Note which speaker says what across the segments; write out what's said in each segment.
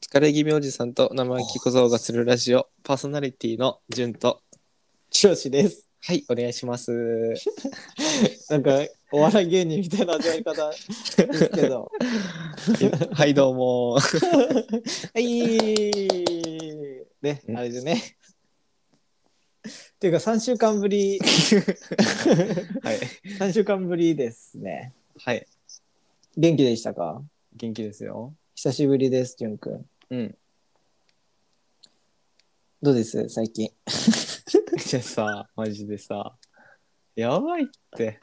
Speaker 1: 疲れ気味おじさんと生意気小僧がするラジオパーソナリティのじゅんと
Speaker 2: ひろしです。
Speaker 1: はいお願いし ます
Speaker 2: なんか、お笑い芸人みたいな始まり方ですけ ど。
Speaker 1: はいどうも
Speaker 2: はい。ね
Speaker 1: う、ん
Speaker 2: あれでね。っていうか、3週間ぶり、
Speaker 1: はい
Speaker 2: 3週間ぶりですね。
Speaker 1: はい
Speaker 2: 元気でしたか
Speaker 1: 元気ですよ
Speaker 2: 久しぶりです、じゅんくん。
Speaker 1: うん
Speaker 2: どうです最近。
Speaker 1: じゃさマジでさやばいって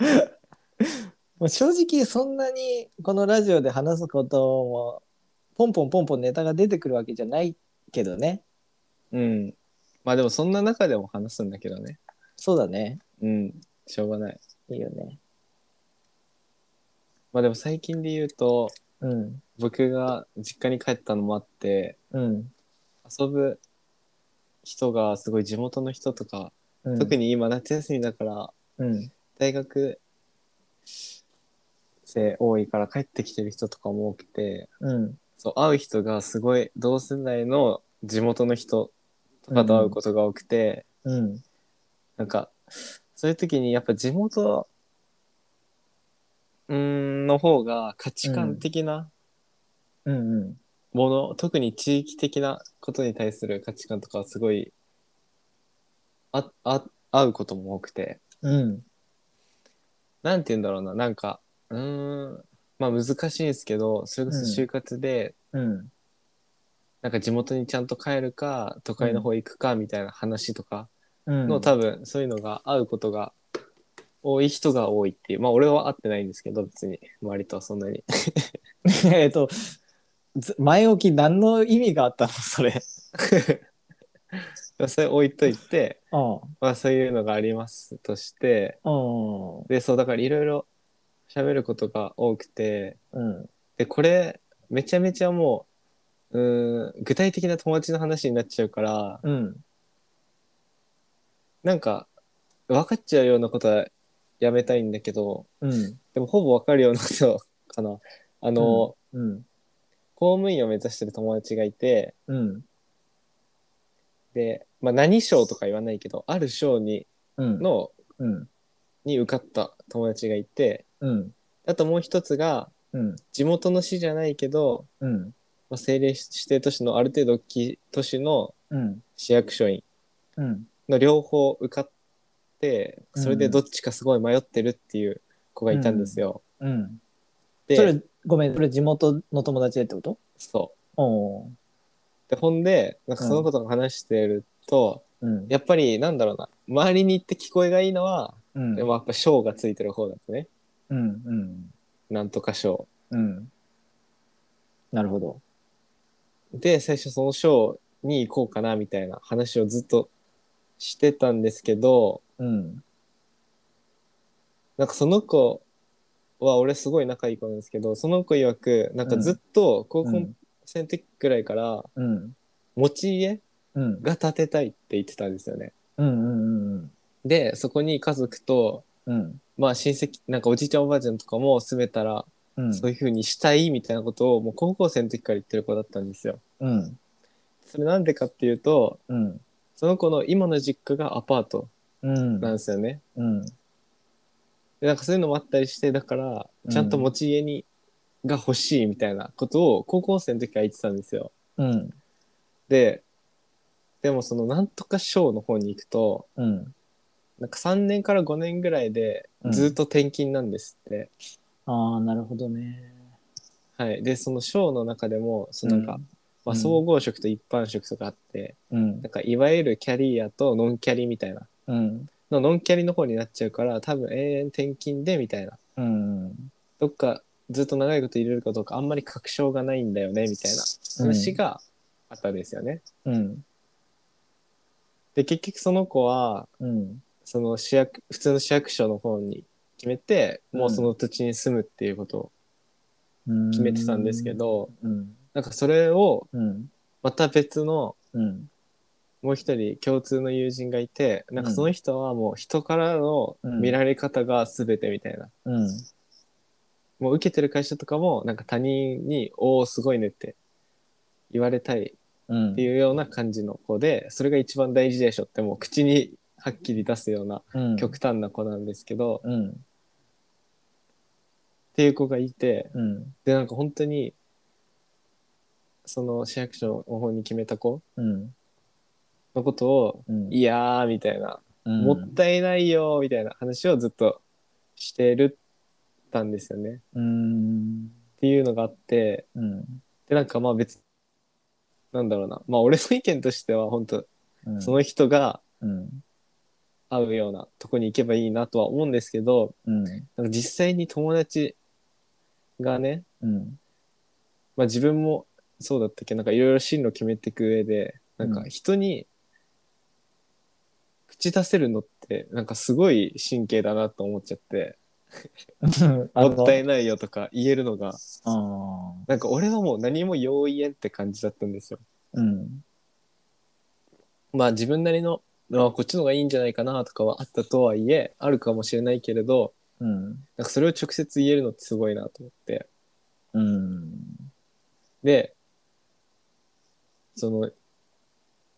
Speaker 2: もう正直、そんなにこのラジオで話すことも、ポンポンポンポンネタが出てくるわけじゃないけどね。
Speaker 1: うんまあでもそんな中でも話すんだけどね
Speaker 2: そうだね。
Speaker 1: うんしょうがない
Speaker 2: いいよね。
Speaker 1: まあでも最近で言うと
Speaker 2: うん。
Speaker 1: 僕が実家に帰ったのもあって
Speaker 2: うん。
Speaker 1: 遊ぶ人がすごい地元の人とか、
Speaker 2: うん
Speaker 1: 特に今夏休みだから
Speaker 2: うん。
Speaker 1: 大学生多いから帰ってきてる人とかも多くて
Speaker 2: うん。
Speaker 1: そう会う人がすごい同世代の地元の人とかと会うことが多くて、
Speaker 2: うん。
Speaker 1: なんかそういう時にやっぱ地元うーんの方が価値観的な
Speaker 2: うんうん。
Speaker 1: もの、特に地域的なことに対する価値観とかはすごいああ合うことも多くて。
Speaker 2: うん。
Speaker 1: なんて言うんだろうな、なんか、うーん、まあ難しいんですけど、それこそ就活で、
Speaker 2: うん。
Speaker 1: なんか地元にちゃんと帰るか、都会の方行くかみたいな話とか
Speaker 2: うん。
Speaker 1: の、多分そういうのが合うことが多い人が多いっていう。まあ俺は会ってないんですけど、別に、周りとはそんなに。
Speaker 2: えっと、ず前置き何の意味があったのそれ。
Speaker 1: まあそれ置いといて、
Speaker 2: うん。
Speaker 1: まあそういうのがありますとして、
Speaker 2: うん。
Speaker 1: で、そうだからいろいろ喋ることが多くて、
Speaker 2: うん。
Speaker 1: でこれめちゃめちゃもううーん具体的な友達の話になっちゃうから
Speaker 2: うん。
Speaker 1: なんか分かっちゃうようなことはやめたいんだけど
Speaker 2: うん。
Speaker 1: でもほぼ分かるようなことかなあの、
Speaker 2: うん。
Speaker 1: 公務員を目指してる友達がいて
Speaker 2: うん。
Speaker 1: で、まあ、何賞とか言わないけどある賞に
Speaker 2: うん。
Speaker 1: の
Speaker 2: うん。
Speaker 1: に受かった友達がいて
Speaker 2: うん。
Speaker 1: あともう一つが
Speaker 2: うん。
Speaker 1: 地元の市じゃないけど、
Speaker 2: うん。
Speaker 1: まあ、政令指定都市のある程度大きい都市の
Speaker 2: うん。
Speaker 1: 市役所員
Speaker 2: うん。
Speaker 1: の両方受かってそれでどっちかすごい迷ってるっていう子がいたんですよ。
Speaker 2: うん。
Speaker 1: で
Speaker 2: それ、ごめん、それ地元の友達でってこと
Speaker 1: そ
Speaker 2: おう
Speaker 1: うでほんでなんかそのことが話してると、
Speaker 2: うん。
Speaker 1: やっぱりなんだろうな周りに行って聞こえがいいのは、
Speaker 2: うん。
Speaker 1: でもやっぱ賞がついてる方だとね
Speaker 2: うん。うん。
Speaker 1: なんとか賞。
Speaker 2: うん。なるほど。
Speaker 1: で最初その賞に行こうかなみたいな話をずっとしてたんですけど
Speaker 2: うん。
Speaker 1: なんかその子は俺すごい仲いい子なんですけどその子曰くなんかずっと高
Speaker 2: う
Speaker 1: 校
Speaker 2: ん。
Speaker 1: 生の時くらいから
Speaker 2: うん。
Speaker 1: 持ち家
Speaker 2: うん。
Speaker 1: が建てたいって言ってたんですよね。
Speaker 2: うん。うん。
Speaker 1: で、そこに家族と、
Speaker 2: うん。
Speaker 1: まあ親戚、なんかおじいちゃんおばあちゃんとかも住めたら、
Speaker 2: うん。
Speaker 1: そういう風にしたいみたいなことをもう高校生の時から言ってる子だったんですよ。
Speaker 2: うん。
Speaker 1: それなんでかっていうと、
Speaker 2: うん。
Speaker 1: その子の今の実家がアパート
Speaker 2: うん。
Speaker 1: なんですよね。
Speaker 2: うん。
Speaker 1: でなんかそういうのもあったりして、だから、ちゃんと持ち家に、が欲しいみたいなことを高校生の時から言ってたんですよ。
Speaker 2: うん。
Speaker 1: で、でもそのなんとか賞の方に行くと、
Speaker 2: うん。
Speaker 1: なんか3年から5年ぐらいでずっと転勤なんですって。
Speaker 2: ああ、なるほどね。
Speaker 1: はい、でその賞の中でもそのなんか、
Speaker 2: うん
Speaker 1: まあ、
Speaker 2: うん
Speaker 1: 総合職と一般職とかあって、
Speaker 2: うん
Speaker 1: なんかいわゆるキャリアとノンキャリみたいな
Speaker 2: うん。
Speaker 1: のノンキャリの方になっちゃうから多分永遠転勤でみたいな
Speaker 2: うん。
Speaker 1: どっかずっと長いこと入れるかどうかあんまり確証がないんだよねみたいな話があったんですよね。
Speaker 2: うん。
Speaker 1: で結局その子は
Speaker 2: うん。
Speaker 1: その市役普通の市役所の方に決めてもうその土地に住むっていうことを
Speaker 2: うん。
Speaker 1: 決めてたんですけ。ど、
Speaker 2: うん。
Speaker 1: なんかそれを
Speaker 2: うん。
Speaker 1: また別の
Speaker 2: うん。
Speaker 1: もう一人共通の友人がいてなんかその人はもう人からの
Speaker 2: うん
Speaker 1: 見られ方が全てみたいな、
Speaker 2: うん。
Speaker 1: もう受けてる会社とかもなんか他人に「おおすごいね」って言われたい
Speaker 2: うん
Speaker 1: っていうような感じの子でそれが一番大事でしょってもう口にはっきり出すような
Speaker 2: うん
Speaker 1: 極端な子なんですけど、っ
Speaker 2: うん
Speaker 1: ていう子がいて
Speaker 2: うん
Speaker 1: でなんか本当にその市役所の方に決めた子
Speaker 2: うん
Speaker 1: のことを「
Speaker 2: うん
Speaker 1: いやー」みたいな「
Speaker 2: うん
Speaker 1: もったいないよ」みたいな話をずっとしてるたんですよね。
Speaker 2: うん
Speaker 1: っていうのがあって
Speaker 2: うん
Speaker 1: でなんかまあ別なんだろうなまあ俺の意見としては本当
Speaker 2: うん
Speaker 1: その人が
Speaker 2: うん
Speaker 1: 会うようなとこに行けばいいなとは思うんですけど
Speaker 2: うん
Speaker 1: なんか実際に友達がね、
Speaker 2: うん
Speaker 1: まあ、自分もそうだったけどなんかいろいろ進路決めていく上でなんか
Speaker 2: うん
Speaker 1: 人に口出せるのってなんかすごい神経だなと思っちゃって「
Speaker 2: あ
Speaker 1: もった
Speaker 2: の
Speaker 1: いないよ」とか言えるのが
Speaker 2: あ
Speaker 1: なんか俺はもう何も用意えんって感じだったんですよ。
Speaker 2: ーうん
Speaker 1: まあ自分なりの、まあ、こっちの方がいいんじゃないかなとかはあったとはいえあるかもしれないけれど
Speaker 2: うん
Speaker 1: なんかそれを直接言えるのってすごいなと思って
Speaker 2: うん
Speaker 1: でその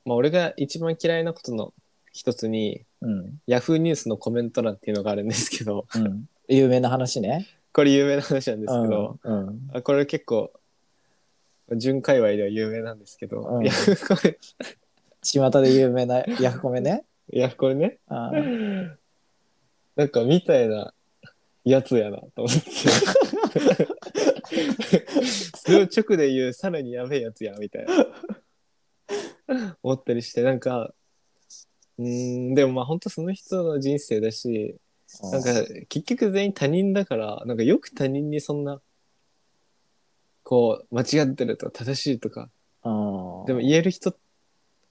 Speaker 1: まあ俺が一番嫌いなことの一つに
Speaker 2: うん
Speaker 1: ヤフーニュースのコメント欄っていうのがあるんですけど
Speaker 2: うん有名な話ね
Speaker 1: これ有名な話なんですけど、
Speaker 2: うんうん
Speaker 1: あこれ結構純界隈では有名なんですけど、
Speaker 2: うん
Speaker 1: いやこれ
Speaker 2: 巷で有名なヤフコメね
Speaker 1: いやこれね
Speaker 2: あー
Speaker 1: なんかみたいなやつやなと思って。それを直で言うさらにやべえやつやみたいな。思ったりしてなんかうーんでもまあ本当その人の人生だしなんか結局全員他人だからなんかよく他人にそんなこう間違ってるとか正しいとか
Speaker 2: あー
Speaker 1: でも言える人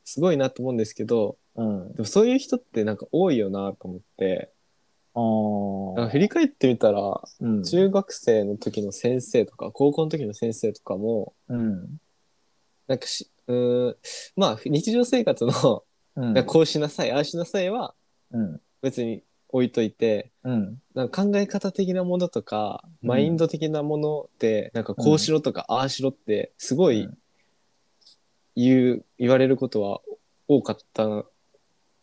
Speaker 1: すごいなと思うんですけど
Speaker 2: うん
Speaker 1: でもそういう人ってなんか多いよなと思って
Speaker 2: あ
Speaker 1: なんか
Speaker 2: ー
Speaker 1: 振り返ってみたら
Speaker 2: うん
Speaker 1: 中学生の時の先生とか高校の時の先生とかも
Speaker 2: うん
Speaker 1: なんかしうーんまあ日常生活の
Speaker 2: う
Speaker 1: なん
Speaker 2: ん
Speaker 1: かこうしなさいああしなさいは
Speaker 2: うん
Speaker 1: 別に置いといて
Speaker 2: うん
Speaker 1: なんか考え方的なものとか
Speaker 2: うん
Speaker 1: マインド的なものでなんかこうしろとかああしろってすごい言う言われることは多かった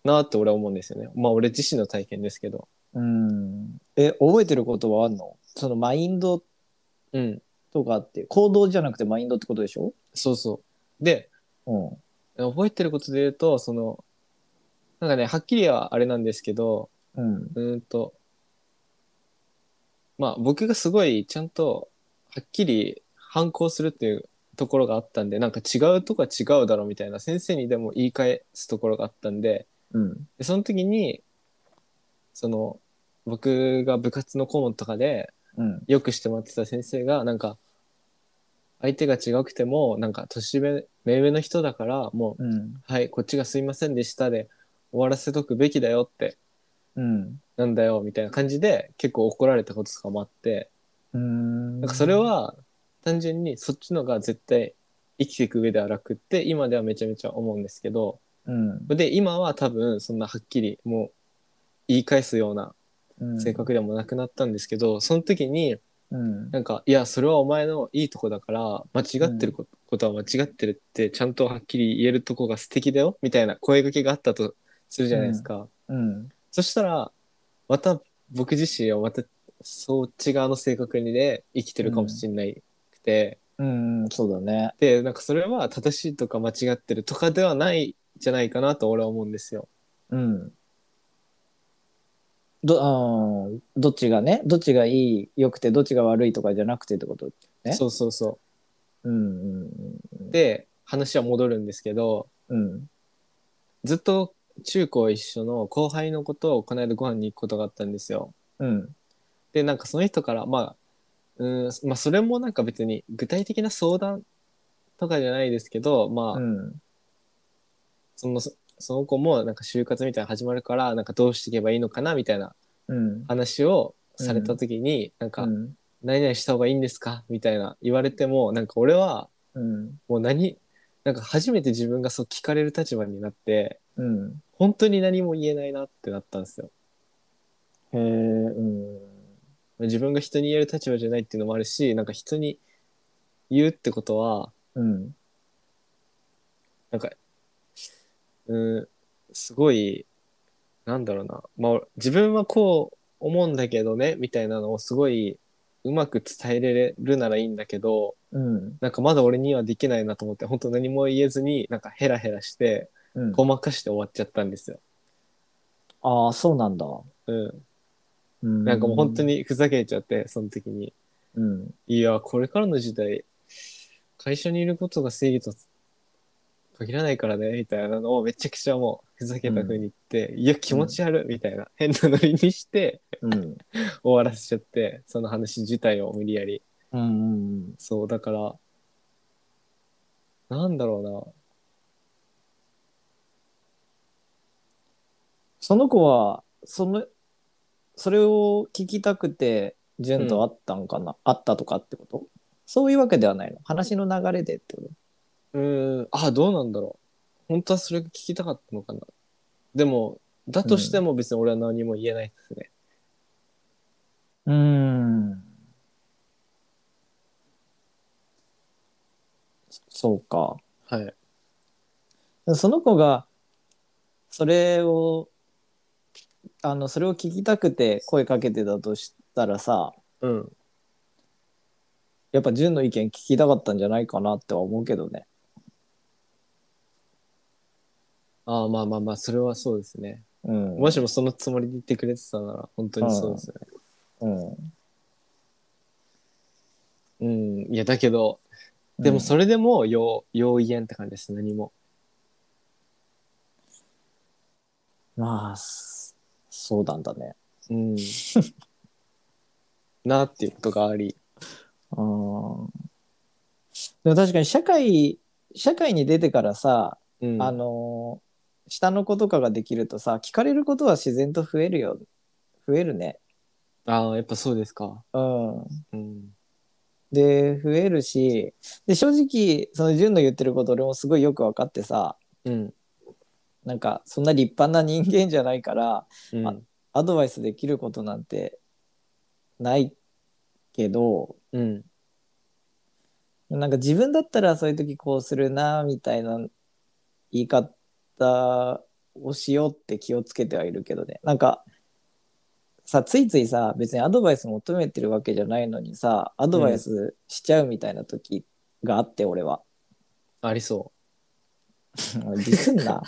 Speaker 1: なって俺は思うんですよね。まあ俺自身の体験ですけど。
Speaker 2: うんえ覚えてることはあんのそのマインド
Speaker 1: うん、
Speaker 2: とかって行動じゃなくてマインドってことでしょ
Speaker 1: そうそう。で
Speaker 2: うん
Speaker 1: 覚えてることで言うとそのなんかねはっきりはあれなんですけど
Speaker 2: うん
Speaker 1: うーんとまあ僕がすごいちゃんとはっきり反抗するっていうところがあったんでなんか違うとか違うだろみたいな先生にでも言い返すところがあったんで
Speaker 2: うん
Speaker 1: でその時にその僕が部活の顧問とかで
Speaker 2: うん
Speaker 1: よくしてもらってた先生がなんか相手が違くてもなんか年上目上の人だからもう
Speaker 2: うん
Speaker 1: はい、こっちがすいませんでしたで終わらせとくべきだよって、
Speaker 2: うん
Speaker 1: なんだよみたいな感じで結構怒られたこととかもあって、
Speaker 2: うん
Speaker 1: なんかそれは単純にそっちのが絶対生きていく上では楽って今ではめちゃめちゃ思うんですけど、
Speaker 2: うん
Speaker 1: で、今は多分そんなはっきりもう言い返すような
Speaker 2: うん
Speaker 1: 性格でもなくなったんですけど、その時に
Speaker 2: うん
Speaker 1: なんか、いや、それはお前のいいとこだから、間違ってるこことは間違ってるってちゃんとはっきり言えるとこが素敵だよみたいな声掛けがあったとするじゃないですか。
Speaker 2: うん
Speaker 1: そしたら、また僕自身はまたそっち側の性格にね、生きてるかもしれないくて、
Speaker 2: うんそうだね
Speaker 1: で、なんかそれは正しいとか間違ってるとかではないじゃないかなと俺は思うんですよ。
Speaker 2: うんどあーどっちがねどっちがいい良くてどっちが悪いとかじゃなくてってことえ
Speaker 1: そうそうそ
Speaker 2: うんうん
Speaker 1: う。で、話は戻るんですけど、
Speaker 2: うん
Speaker 1: ずっと中高一緒の後輩のことをこの間ご飯に行くことがあったんですよ。
Speaker 2: うん
Speaker 1: で、なんかその人から、まあ、うん、まあそれもなんか別に具体的な相談とかじゃないですけど、まあ、
Speaker 2: うん
Speaker 1: そのそその子もなんか就活みたいなの始まるからなんかどうしていけばいいのかなみたいな
Speaker 2: うん
Speaker 1: 話をされた時に、なんか
Speaker 2: うん
Speaker 1: 何々した方がいいんですかみたいな言われてもなんか俺は
Speaker 2: うん
Speaker 1: もう何なんか初めて自分がそう聞かれる立場になって
Speaker 2: うん
Speaker 1: 本当に何も言えないなってなったんですよ。
Speaker 2: へえうん
Speaker 1: 自分が人に言える立場じゃないっていうのもあるしなんか人に言うってことは
Speaker 2: うん
Speaker 1: なんか、うん、すごい、なんだろうな、まあ、自分はこう思うんだけどね、みたいなのをすごい、うまく伝えれるならいいんだけど、
Speaker 2: うん。
Speaker 1: なんかまだ俺にはできないなと思って、本当何も言えずに、なんかヘラヘラして、
Speaker 2: うん、
Speaker 1: ごまかして終わっちゃったんですよ。
Speaker 2: ああ、そうなんだ。
Speaker 1: うん。
Speaker 2: うん
Speaker 1: なんかもう本当。にふざけちゃって、その時に。
Speaker 2: うん。
Speaker 1: いや、これからの時代、会社にいることが正義と限らないからね、みたいなのをめちゃくちゃもうふざけた風に言って、いや、気持ち悪い、みたいな変なノリにして
Speaker 2: うん。
Speaker 1: 終わらせちゃって、その話自体を無理やり。
Speaker 2: うん。
Speaker 1: そう、だから、なんだろ
Speaker 2: その子はそのそれを聞きたくて純と会ったんかな、会ったとかってことそういうわけではないの話の流れでってこ
Speaker 1: うな。うーん、あ、どうなんだろう。本当はそれが聞きたかったのかな。でも、だとしても別に俺は何も言えないですね。
Speaker 2: とうんそうか
Speaker 1: はい。
Speaker 2: その子がそれをあのそれを聞きたくて声かけてたとしたらさ
Speaker 1: うん。
Speaker 2: やっぱ純の意見聞きたかったんじゃないかなっては思うけどね
Speaker 1: ああ、まあまあまあ、それはそうですね。
Speaker 2: うん
Speaker 1: もしもそのつもりで言ってくれてたなら、本当にそうですね。
Speaker 2: うん
Speaker 1: うん、いや、だけど、でもそれでも、よう、よう言えんって感じです、何も。
Speaker 2: まあ、そそうなんだね。
Speaker 1: うん。なっていうことがあり。
Speaker 2: うん。でも確かに社会、社会に出てからさ、
Speaker 1: うん。
Speaker 2: あのー、下の子とかができるとさ、聞かれることは自然と増えるよ。増えるね。
Speaker 1: ああ、やっぱそうですか。
Speaker 2: うん。
Speaker 1: うん。
Speaker 2: で、増えるし、で、正直、その純の言ってること俺もすごいよく分かってさ、
Speaker 1: うん。
Speaker 2: なんか、そんな立派な人間じゃないから、
Speaker 1: うん。
Speaker 2: あアドバイスできることなんてないけど、
Speaker 1: うん。
Speaker 2: なんか自分だったらそういう時こうするなみたいな言い方をしようって気をつけてはいるけどねなんかさついついさ別にアドバイス求めてるわけじゃないのにさアドバイスしちゃうみたいな時があって、俺は
Speaker 1: ありそ
Speaker 2: ディスんな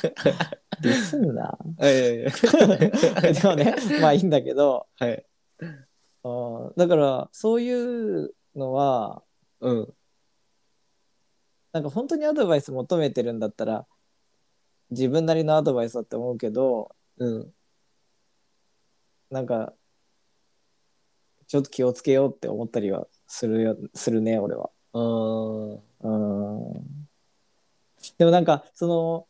Speaker 2: ディスんな
Speaker 1: う。いやいやいや。
Speaker 2: でもねまあいいんだけど
Speaker 1: はい。
Speaker 2: うんだからそういうのは
Speaker 1: うん。
Speaker 2: なんか本当にアドバイス求めてるんだったら自分なりのアドバイスだって思うけど
Speaker 1: うん。
Speaker 2: なんかちょっと気をつけようって思ったりはするよするね俺は。
Speaker 1: あー
Speaker 2: うんでもなんかその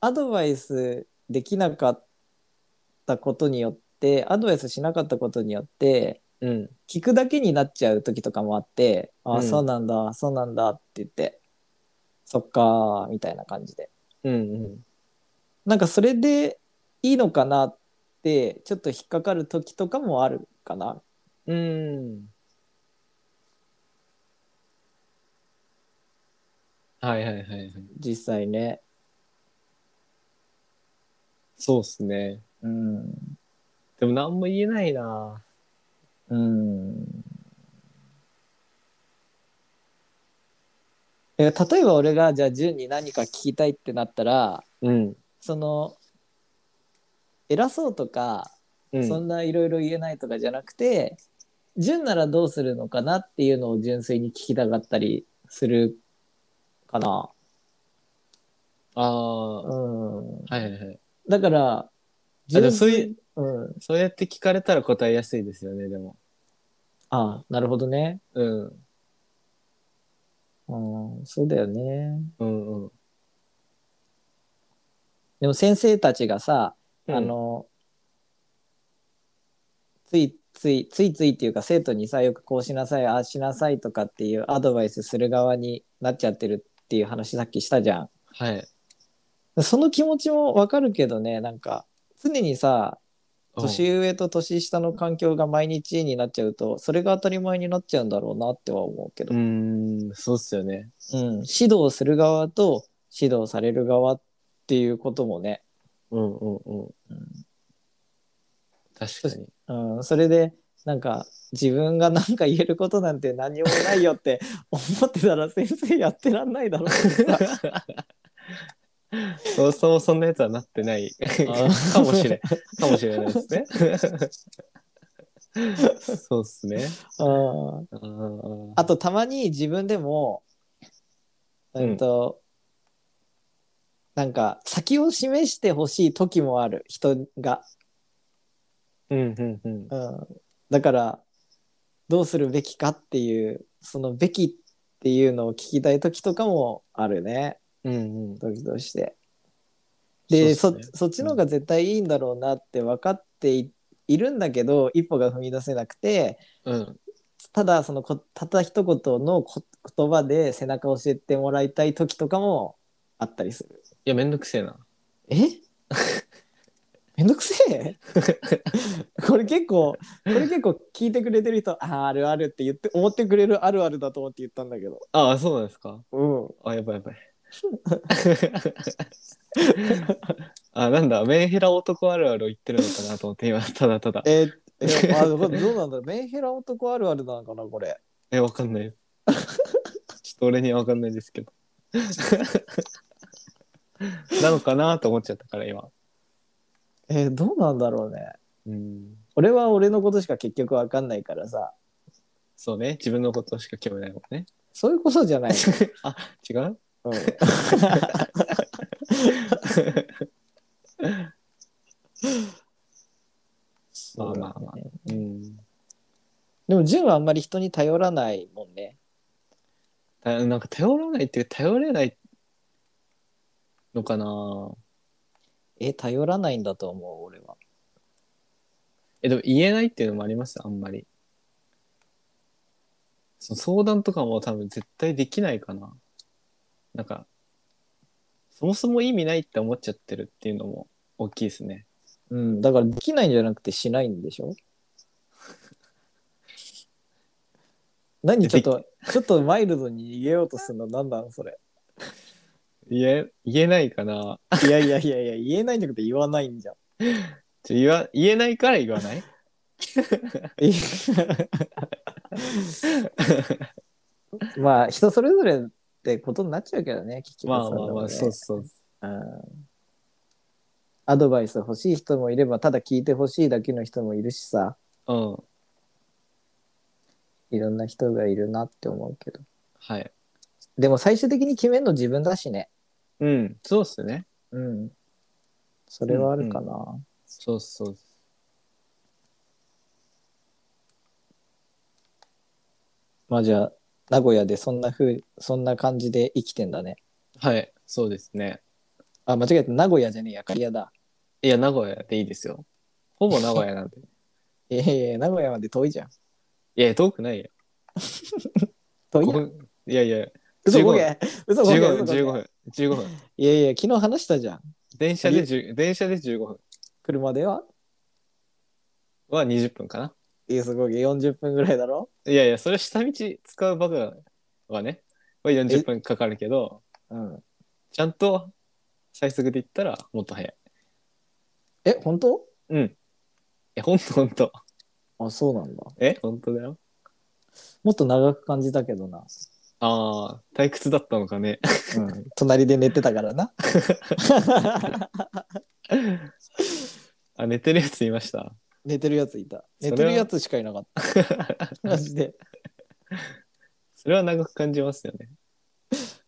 Speaker 2: アドバイスできなかったことによってアドバイスしなかったことによって
Speaker 1: うん。
Speaker 2: 聞くだけになっちゃう時とかもあって「あ
Speaker 1: う
Speaker 2: あ
Speaker 1: ん
Speaker 2: そうなんだそうなんだ」って言って「そっか」みたいな感じで。
Speaker 1: うん。うん。
Speaker 2: なんかそれでいいのかなってちょっと引っかかる時とかもあるかな。
Speaker 1: うん。はいはいはいはい。
Speaker 2: 実際ね。
Speaker 1: そうっすね。
Speaker 2: うん。
Speaker 1: でも何も言えないな。
Speaker 2: うん。え例えば俺がじゃあ純に何か聞きたいってなったら
Speaker 1: うん。
Speaker 2: その偉そうとか、
Speaker 1: うん。
Speaker 2: そんないろいろ言えないとかじゃなくて純ならどうするのかなっていうのを純粋に聞きたかったりするかな。
Speaker 1: あ
Speaker 2: うん、
Speaker 1: あ、はいはいはい。
Speaker 2: だから、
Speaker 1: でもそういう
Speaker 2: 純粋、うん、
Speaker 1: そうやって聞かれたら答えやすいですよね、でも。
Speaker 2: あなるほどね。
Speaker 1: うん。
Speaker 2: うん、そうだよね。
Speaker 1: うんうん。
Speaker 2: でも先生たちがさ、
Speaker 1: うん
Speaker 2: あ、の、ついつい、ついついっていうか生徒にさ、よくこうしなさい、ああしなさいとかっていうアドバイスする側になっちゃってるっていう話さっきしたじゃ
Speaker 1: はい。
Speaker 2: ん。その気持ちもわかるけどね、なんか、常にさ、年上と年下の環境が毎日になっちゃうと、それが当たり前になっちゃうんだろうなっては思うけど
Speaker 1: う。ん、うーんそうっすよね。
Speaker 2: うん、指導する側と指導される側っていうこともね、
Speaker 1: うんうんうん。確か に。
Speaker 2: うん、それでなんか自分がなんか言えることなんて何もないよって 思ってたら先生やってらんないだろうってさ
Speaker 1: そもそもそんなやつはなってない
Speaker 2: ー
Speaker 1: かもしれん。かもしれないです ね。そうっすね。
Speaker 2: うん
Speaker 1: あー
Speaker 2: あとたまに自分でも
Speaker 1: うん
Speaker 2: うんと、なんか先を示してほしい時もある人が、
Speaker 1: うんうんうん。
Speaker 2: うん、だからどうするべきかっていうその「べき」っていうのを聞きたい時とかもあるね
Speaker 1: うんうん。
Speaker 2: 時として。で
Speaker 1: そ
Speaker 2: そ,、
Speaker 1: うっすね
Speaker 2: そっちの方が絶対いいんだろうなって分かってい,、るんだけど一歩が踏み出せなくて
Speaker 1: うん
Speaker 2: ただそのこたった一言のこ言葉で背中を教えてもらいたい時とかもあったりする。
Speaker 1: いや、めんどくせえな。
Speaker 2: え めんどくせえ これ結構これ結構聞いてくれてる人あーあるあるって言って思ってくれるあるあるだと思って言ったんだけど
Speaker 1: ああ、そうなんですか。
Speaker 2: うん
Speaker 1: あ、やばいやばい。 あ、なんだ、メンヘラ男あるあるを言ってるのかなと思って、今、 ただただ。
Speaker 2: えーえーあこれどうなんだろうメンヘラ男あるあるなのかなこれ
Speaker 1: え、わかんない。ちょっと俺にはわかんないですけど。 なのかなと思っちゃったから、今。
Speaker 2: えーどうなんだろうね
Speaker 1: うん。
Speaker 2: 俺は俺のことしか結局わかんないからさ
Speaker 1: そうね、自分のことしか興味ないもんね。
Speaker 2: そういうことじゃない
Speaker 1: あ、違う
Speaker 2: の、うん、
Speaker 1: まあまあまあ。うん。
Speaker 2: でも純はあんまり人に頼らないもんね
Speaker 1: たなんか頼らないっていうか頼れないのかな
Speaker 2: えー頼らないんだと思う俺は
Speaker 1: え、でも言えないっていうのもありますあんまり。その相談とかも多分絶対できないかな。なんか、そもそも意味ないって思っちゃってるっていうのも大きいですね。
Speaker 2: うん、だからできないんじゃなくてしないんでし ょ何ちょっと、ちょっとマイルドに逃げようとするの何なんそれ。
Speaker 1: 言え、言えないかない
Speaker 2: やいやいやいや、言えないんじゃなくて言わないんじゃん。
Speaker 1: ちょ言わ言えないから言わ ない
Speaker 2: え まあ人それぞれってことになっちゃうけどね、聞き
Speaker 1: まあまあまあ、そうそう。
Speaker 2: アドバイス欲しい人もいれば、ただ聞いて欲しいだけの人もいるしさ、
Speaker 1: うん。
Speaker 2: いろんな人がいるなって思うけど。
Speaker 1: はい。
Speaker 2: でも最終的に決めるの自分だしね。
Speaker 1: うん、そうっすね。
Speaker 2: うん。それはあるかな。
Speaker 1: そうそう。
Speaker 2: まあじゃあ、名古屋でそんなふう、そんな感じで生きてんだね。
Speaker 1: はい、そうですね。
Speaker 2: あ、間違えた。名古屋じゃねえや。刈谷だ。
Speaker 1: いや、名古屋でいいですよ。ほぼ名古屋なん で。
Speaker 2: いやいやいや名古屋まで遠いじゃん。
Speaker 1: いや、遠くないよ。
Speaker 2: 遠い
Speaker 1: こ
Speaker 2: やん。
Speaker 1: こいやいや、
Speaker 2: 嘘
Speaker 1: 15
Speaker 2: こ
Speaker 1: 分
Speaker 2: け。嘘こけ。
Speaker 1: 15分、
Speaker 2: 嘘こけ
Speaker 1: 15分、15分。
Speaker 2: いやいや、昨日話したじゃん。
Speaker 1: 電車で10、電車で15分
Speaker 2: 車では
Speaker 1: は20分かな。
Speaker 2: いや、すごい。40分ぐらいだろ
Speaker 1: いやいや、それ下道使うバカはね、は40分かかるけど、
Speaker 2: うん。
Speaker 1: ちゃんと最速で行ったらもっと早い。
Speaker 2: え、本当
Speaker 1: うん。いや、ほんとほんと。
Speaker 2: あ、そうなんだ。
Speaker 1: えほんとだよ。
Speaker 2: もっと長く感じたけどな。
Speaker 1: ああ、退屈だったのかね。
Speaker 2: うん。隣で寝てたからな。
Speaker 1: あ、寝てるやついました。
Speaker 2: 寝てるやついた。
Speaker 1: それは
Speaker 2: 寝てるやつしかいなかった。 マジで。
Speaker 1: それは長く感じますよね。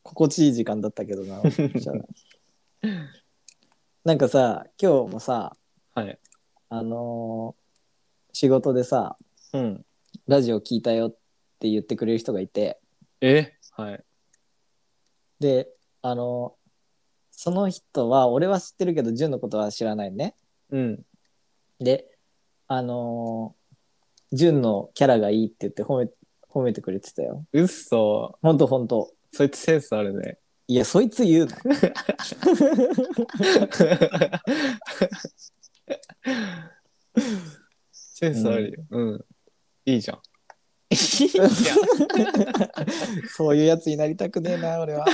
Speaker 2: 心地いい時間だったけどな。じゃあ なんかさ、今日もさ、
Speaker 1: はい。
Speaker 2: あのー仕事でさ、
Speaker 1: うん。
Speaker 2: ラジオ聞いたよって言ってくれる人がいて、
Speaker 1: えはい。
Speaker 2: で、あのーその人は、俺は知ってるけど、純のことは知らないね。
Speaker 1: うん。
Speaker 2: で、あのー、純のキャラがいいって言って褒め褒めてくれてたよ。
Speaker 1: うっそ。
Speaker 2: ほんとほんと。
Speaker 1: そいつセンスあるね。
Speaker 2: いや、そいつ言うな。
Speaker 1: センスあるよ。うん。いいじゃん。
Speaker 2: そういうやつになりたくねえな、俺は。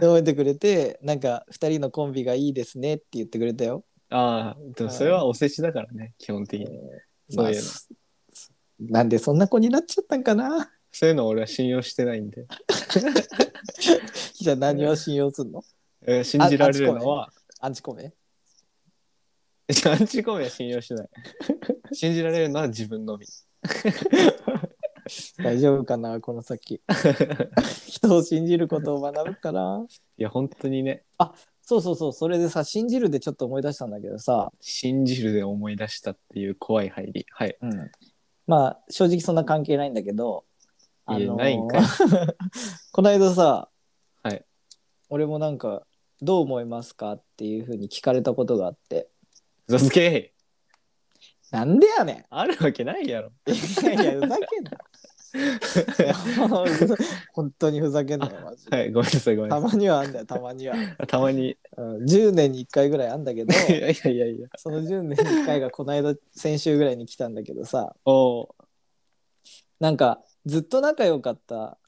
Speaker 2: 褒めてくれてなんか2人のコンビがいいですねって言ってくれたよ
Speaker 1: ああ、でもそれはお世辞だからね、基本的に。そういうの
Speaker 2: まあそなんでそんな子になっちゃったんかな
Speaker 1: そういうの俺は信用してないんで。
Speaker 2: じゃあ何を信用すんの
Speaker 1: えー信じられるのは、
Speaker 2: アンチコメ
Speaker 1: じゃあアンチコメは信用しない。 信じられるのは自分のみ。
Speaker 2: 大丈夫かなこの先 人を信じることを学ぶから
Speaker 1: いや、本当にね、
Speaker 2: そうそうそうそれでさ信じるでちょっと思い出したんだけどさ、
Speaker 1: 信じるで思い出したっていう怖い入り。はい。
Speaker 2: まあ正直そんな関係ないんだけど
Speaker 1: いやないんかい
Speaker 2: この間さ
Speaker 1: はい
Speaker 2: 俺もなんか「どう思いますか?」っていうふうに聞かれたことがあって
Speaker 1: ふざすけ
Speaker 2: なんでやねん
Speaker 1: あるわけないやろ。
Speaker 2: いやいや、ふざけんな。もうふざ 本当にふざけんなよ、マジで。
Speaker 1: はい、ごめんなさい、ごめんな
Speaker 2: た
Speaker 1: さ
Speaker 2: まにはあんだよ、たまには。
Speaker 1: い。たまに。
Speaker 2: うん、10年に1回ぐらいあんだけど、
Speaker 1: いやいやいやいや。
Speaker 2: その10年に1回がこの間、先週ぐらいに来たんだけどさ、
Speaker 1: おー
Speaker 2: なんか、ずっと仲良かった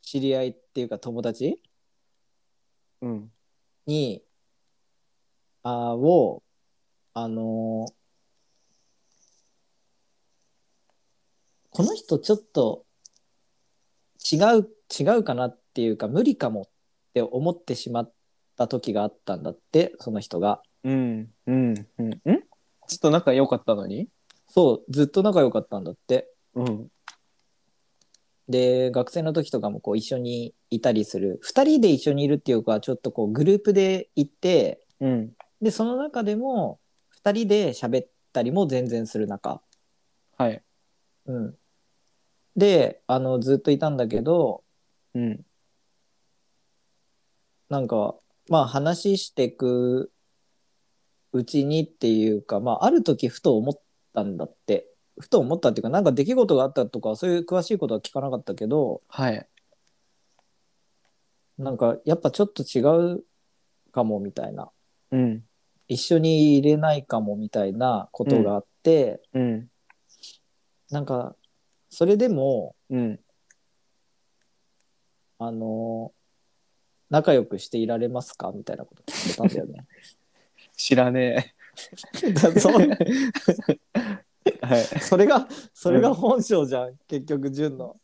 Speaker 2: 知り合いっていうか友達
Speaker 1: うん。
Speaker 2: に、あーを、あのーこの人ちょっと違う、違うかなっていうか無理かもって思ってしまった時があったんだって、その人が。
Speaker 1: うん。うん。うん。んちょっと仲良かったのに
Speaker 2: そう、ずっと仲良かったんだって。
Speaker 1: うん。
Speaker 2: で、学生の時とかもこう一緒にいたりする。二人で一緒にいるっていうか、ちょっとこうグループで行って、
Speaker 1: うん。
Speaker 2: で、その中でも二人で喋ったりも全然する仲。
Speaker 1: はい。
Speaker 2: うん、であのずっといたんだけど
Speaker 1: うん。
Speaker 2: なんかまあ話してくうちにっていうか、まあ、ある時ふと思ったんだってふと思ったっていうかなんか出来事があったとかそういう詳しいことは聞かなかったけど
Speaker 1: はい。
Speaker 2: なんかやっぱちょっと違うかもみたいな
Speaker 1: うん。
Speaker 2: 一緒にいれないかもみたいなことがあって、
Speaker 1: うん。
Speaker 2: なんかそれでも
Speaker 1: うん。
Speaker 2: あの仲良くしていられますかみたいなこと聞いたんだよね。
Speaker 1: 知らね
Speaker 2: だ そう
Speaker 1: え。はい。
Speaker 2: それがそれが本性じゃん、結局純の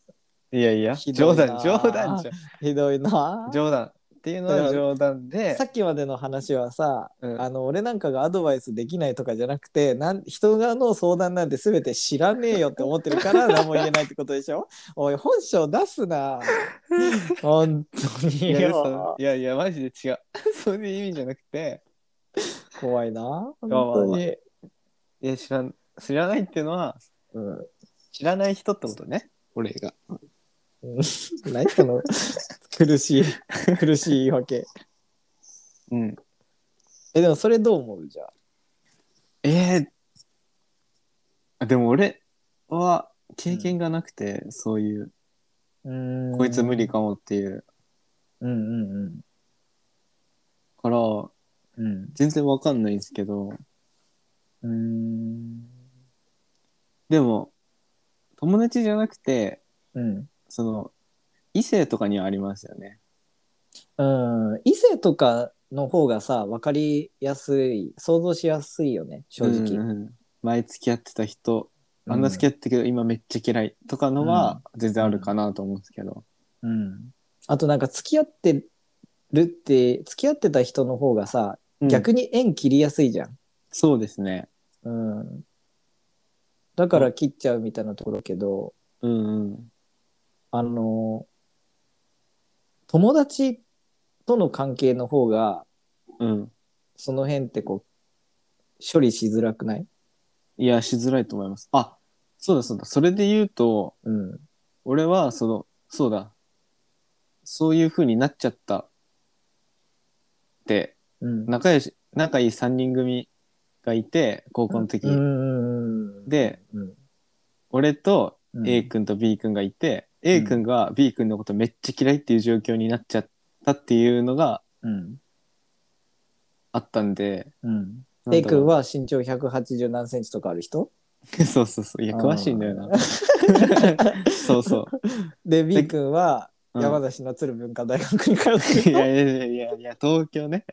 Speaker 1: いやいや、
Speaker 2: ひど
Speaker 1: 冗
Speaker 2: いな
Speaker 1: 談、冗談じゃん。
Speaker 2: ひどいな
Speaker 1: 冗談。っていうのは冗談で
Speaker 2: さ、っきまでの話はさ、
Speaker 1: うん
Speaker 2: あの俺なんかがアドバイスできないとかじゃなくてなん人がの相談なんて全て知らねえよって思ってるから何も言えないってことでしょおい本性出すな本当
Speaker 1: い
Speaker 2: に
Speaker 1: や
Speaker 2: よ
Speaker 1: 嘘いやいや、マジで違う。そういう意味じゃなくて、
Speaker 2: 怖いな本
Speaker 1: や
Speaker 2: 当
Speaker 1: マ
Speaker 2: に、
Speaker 1: いや、知らん、知らないっていうのは、
Speaker 2: うん
Speaker 1: 知らない人ってことね、俺が。
Speaker 2: 何その苦しい苦しい言 い訳
Speaker 1: うん。
Speaker 2: えでもそれどう思うじゃあ
Speaker 1: えー、でも俺は経験がなくて、そういう、こいつ無理かもっていう。
Speaker 2: うんうんうん
Speaker 1: から、
Speaker 2: うん
Speaker 1: 全然わかんないんですけど、
Speaker 2: うーん。
Speaker 1: でも、友達じゃなくて、
Speaker 2: うん。
Speaker 1: その、異性とかにはありますよね。
Speaker 2: うん。異性とかの方がさ、分かりやすい、想像しやすいよね、正直。
Speaker 1: うんうん前付き合ってた人あんな付き合ってたけど、今めっちゃ嫌いとかのは全然あるかなと思うんですけど、
Speaker 2: うん。あとなんか付き合ってるって、付き合ってた人の方がさ、
Speaker 1: うん
Speaker 2: 逆に縁切りやすいじゃん。
Speaker 1: そうですね
Speaker 2: うん。だから切っちゃうみたいなところだけど、
Speaker 1: うんうん
Speaker 2: あの、友達との関係の方が、
Speaker 1: うん
Speaker 2: その辺ってこう、処理しづらくない
Speaker 1: いやしづらいと思いますあそうだそうだそれで言うと
Speaker 2: うん。
Speaker 1: 俺はそのそうだそういう風になっちゃったって
Speaker 2: うん。
Speaker 1: 仲良し仲いい3人組がいて高校の時、
Speaker 2: うんうんうん、
Speaker 1: で、
Speaker 2: うん
Speaker 1: 俺と
Speaker 2: うん
Speaker 1: A 君と B 君がいて、A 君が B 君のことめっちゃ嫌いっていう状況になっちゃったっていうのが
Speaker 2: うん
Speaker 1: あったんで。
Speaker 2: うん、
Speaker 1: なん
Speaker 2: A
Speaker 1: だろう
Speaker 2: 君は身長180何センチとかある人
Speaker 1: そうそうそう。いや、詳しいんだよ
Speaker 2: あ
Speaker 1: な。そうそう。
Speaker 2: で
Speaker 1: で
Speaker 2: B 君は
Speaker 1: うん
Speaker 2: 山梨の鶴文化大学に通って
Speaker 1: い
Speaker 2: るの
Speaker 1: やいやいやいや東京ね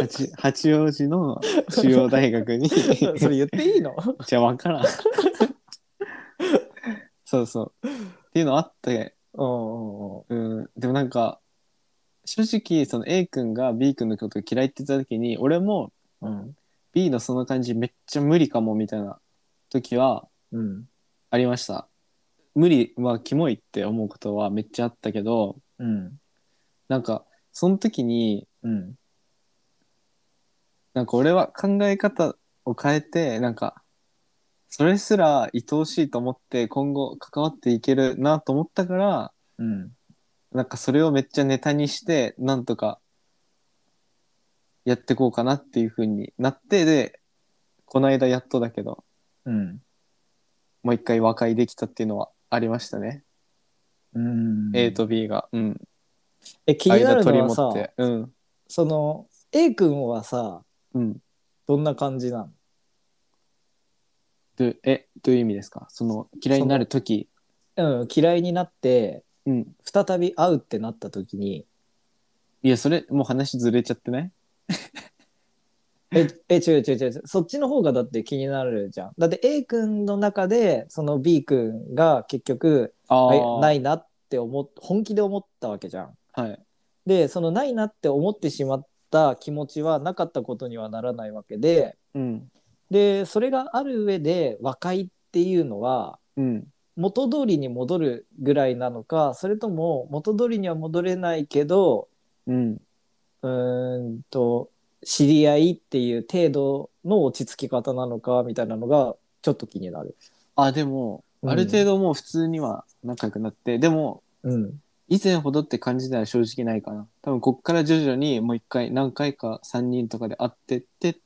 Speaker 1: 八八王子の中央大学に
Speaker 2: それ言っていいの
Speaker 1: じゃあ分からんそうそうっていうのあって
Speaker 2: うんうんうん
Speaker 1: うんでもなんか正直その A 君が B 君のこと嫌いって言った時に俺も
Speaker 2: うん。
Speaker 1: B のその感じめっちゃ無理かもみたいな時は
Speaker 2: うん。
Speaker 1: ありました無理はキモいって思うことはめっちゃあったけど
Speaker 2: うん。
Speaker 1: なんかその時に
Speaker 2: うん。
Speaker 1: なんか俺は考え方を変えてなんかそれすら愛おしいと思って今後関わっていけるなと思ったから
Speaker 2: うん。
Speaker 1: なんかそれをめっちゃネタにしてなんとかやってこうかなっていう風になってでこの間やっとだけど
Speaker 2: うん。
Speaker 1: もう一回和解できたっていうのはありましたね、
Speaker 2: うん。
Speaker 1: A と B が、うん、
Speaker 2: え、気にな
Speaker 1: 間
Speaker 2: る
Speaker 1: 取り
Speaker 2: の
Speaker 1: 持
Speaker 2: は
Speaker 1: っ
Speaker 2: さ
Speaker 1: て、うん
Speaker 2: その、A 君はさ、
Speaker 1: うん、
Speaker 2: どんな感じなの
Speaker 1: どえどういう意味ですかその嫌いになる時
Speaker 2: うん、嫌いになって、
Speaker 1: うん
Speaker 2: 再び会うってなった時に、
Speaker 1: いやそれもう話ずれちゃってない
Speaker 2: え、え、違う違う違う違う、そっちの方がだって気になるじゃん。だって A 君の中で、その B 君が結局、
Speaker 1: あ
Speaker 2: あ
Speaker 1: ー
Speaker 2: ないなって思っ、本気で思ったわけじゃん。
Speaker 1: はい
Speaker 2: で、そのないなって思ってしまった気持ちはなかったことにはならないわけで、
Speaker 1: うん
Speaker 2: で、それがある上で和解っていうのは、
Speaker 1: うん
Speaker 2: 元通りに戻るぐらいなのかそれとも元通りには戻れないけど
Speaker 1: うん
Speaker 2: うーんと知り合いっていう程度の落ち着き方なのかみたいなのがちょっと気になる。
Speaker 1: あでも
Speaker 2: うん
Speaker 1: ある程度もう普通には仲良くなって、でも
Speaker 2: うん、
Speaker 1: 以前ほどって感じでは正直ないかな多分こっから徐々にもう一回何回か3人とかで会ってってっ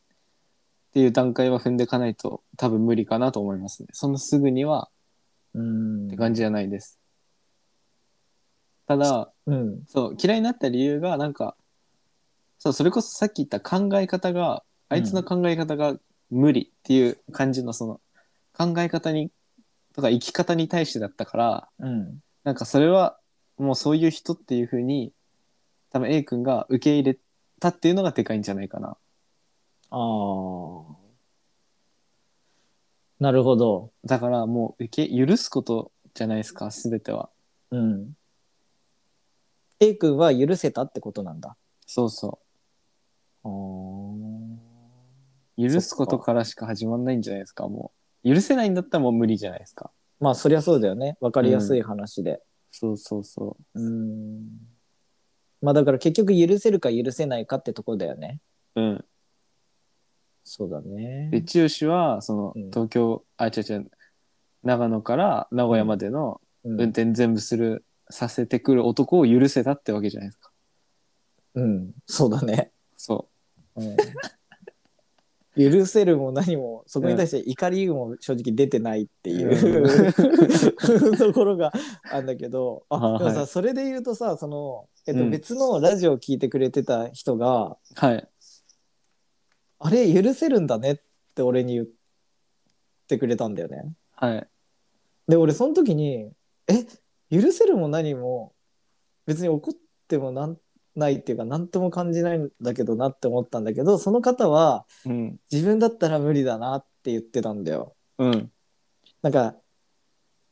Speaker 1: ていう段階は踏んでいかないと多分無理かなと思いますねそんなすぐには
Speaker 2: うん、
Speaker 1: って感じじゃないです、ただ
Speaker 2: うん
Speaker 1: そう嫌いになった理由がなんかそうそれこそさっき言った考え方があいつの考え方が無理っていう感じのその考え方にとか生き方に対してだったから
Speaker 2: うん
Speaker 1: なんかそれはもうそういう人っていう風に多分 A 君が受け入れたっていうのがでかいんじゃないかな
Speaker 2: あーなるほど。
Speaker 1: だからもう受け許すことじゃないですか全ては
Speaker 2: うん、A 君は許せたってことなんだ。
Speaker 1: そうそ
Speaker 2: あー
Speaker 1: う許すことからしか始まんないんじゃないですかもう許せないんだったらもう無理じゃないですか
Speaker 2: まあそりゃそうだよね分かりやすい話で。
Speaker 1: そうそうそう
Speaker 2: ーんまあだから結局許せるか許せないかってとこだよね。
Speaker 1: ううん
Speaker 2: そうだね。
Speaker 1: で剛はその
Speaker 2: うん
Speaker 1: 東京、あ違う違う長野から名古屋までの
Speaker 2: うん
Speaker 1: 運転全部する、させてくる男を許せたってわけじゃないですか
Speaker 2: うん、そうだね。
Speaker 1: そ
Speaker 2: うん、 許せるも何もそこに対して怒りも正直出てないっていう、 ところがあんだけどあ
Speaker 1: あはい
Speaker 2: でもさ、それで言うとさその、えっ
Speaker 1: う
Speaker 2: と、
Speaker 1: ん
Speaker 2: 別のラジオを聞いてくれてた人が、
Speaker 1: うはい
Speaker 2: あれ許せるんだねって俺に言ってくれたんだよね。
Speaker 1: はい
Speaker 2: で俺その時にえ許せるも何も別に怒ってもなんないっていうか何とも感じないんだけどなって思ったんだけどその方は
Speaker 1: うん
Speaker 2: 自分だったら無理だなって言ってたんだよ。
Speaker 1: うん
Speaker 2: なんか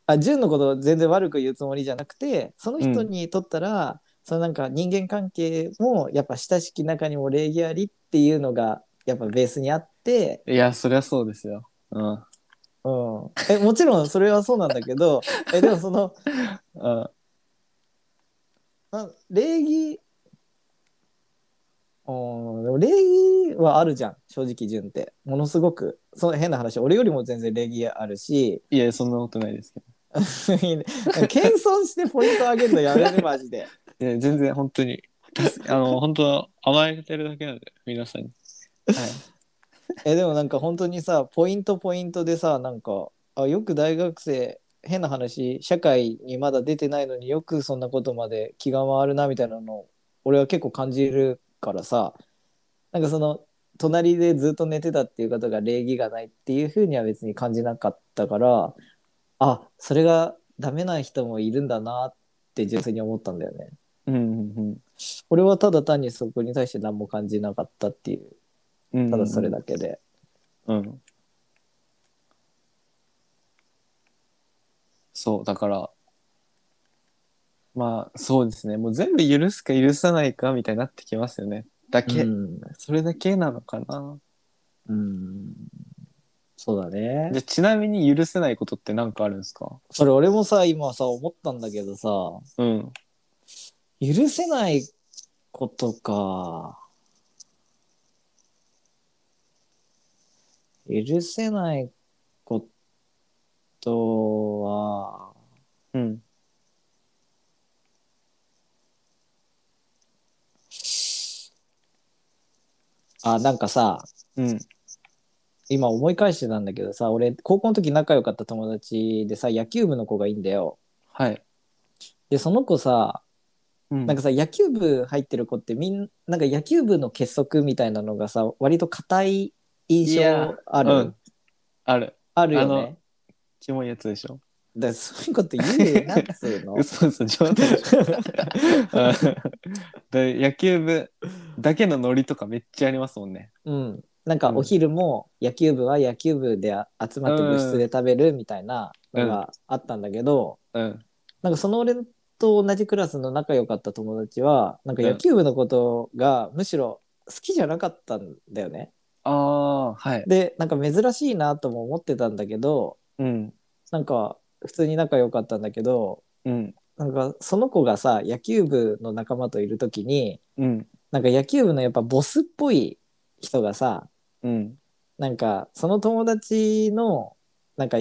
Speaker 2: あ純のことを全然悪く言うつもりじゃなくてその人にとったら、そのなんか人間関係もやっぱ親しき中にも礼儀ありっていうのがやっぱベースにあって、
Speaker 1: いやそりゃそうですようん
Speaker 2: うん、えもちろんそれはそうなんだけどえでもその
Speaker 1: あ
Speaker 2: あ礼儀うーんでも礼儀はあるじゃん正直純ってものすごくその変な話俺よりも全然礼儀あるし
Speaker 1: いやそんなことないですけ
Speaker 2: 謙遜してポイント上げるのやめるマジで
Speaker 1: どいや全然本当に助け あの本当甘えてるだけなんで皆さんにはい
Speaker 2: えでもなんか本当にさポイントポイントでさなんかあよく大学生変な話社会にまだ出てないのによくそんなことまで気が回るなみたいなのを俺は結構感じるからさなんかその隣でずっと寝てたっていう方が礼儀がないっていうふうには別に感じなかったからあそれがダメな人もいるんだなっって純粋に思ったんだよね。
Speaker 1: うんうん
Speaker 2: 俺はただ単にそこに対して何も感じなかったっていう
Speaker 1: うん
Speaker 2: ただそれだけで、
Speaker 1: うんそうだからまあそうですねもう全部許すか許さないかみたいになってきますよねだけ、
Speaker 2: うん
Speaker 1: それだけなのかな
Speaker 2: うんそうだね
Speaker 1: じゃあちなみに許せないことって何かあるんですか
Speaker 2: それ俺もさ今さ思ったんだけどさ
Speaker 1: うん
Speaker 2: 許せないことか許せないことは
Speaker 1: うん
Speaker 2: あなんかさ
Speaker 1: うん
Speaker 2: 今思い返してたんだけどさ俺高校の時仲良かった友達でさ野球部の子がいいんだよ
Speaker 1: はい、
Speaker 2: でその子さ
Speaker 1: うん、
Speaker 2: なんかさ野球部入ってる子ってみんなんか野球部の結束みたいなのがさ割と固い
Speaker 1: い
Speaker 2: 印
Speaker 1: や
Speaker 2: 象ある、
Speaker 1: うんある
Speaker 2: あるよ
Speaker 1: あ
Speaker 2: ね
Speaker 1: のキモいやつでしょ
Speaker 2: だからそういうこと言うなっつう の
Speaker 1: 嘘嘘冗談 でしょで野球部だけのノリとかめっちゃありますもんね
Speaker 2: うんなんか
Speaker 1: うん
Speaker 2: お昼も野球部は野球部で集まって部室で食べるみたいなのがあったんだけど、
Speaker 1: うん
Speaker 2: なんかその俺と同じクラスの仲良かった友達はなんか野球部のことがむしろ好きじゃなかったんだよね。
Speaker 1: ああはい
Speaker 2: でなんか珍しいなとも思ってたんだけど
Speaker 1: うん
Speaker 2: なんか普通に仲良かったんだけど
Speaker 1: うん
Speaker 2: なんかその子がさ野球部の仲間といる時に
Speaker 1: うん
Speaker 2: なんか野球部のやっぱボスっぽい人がさ
Speaker 1: うん
Speaker 2: なんかその友達のなんか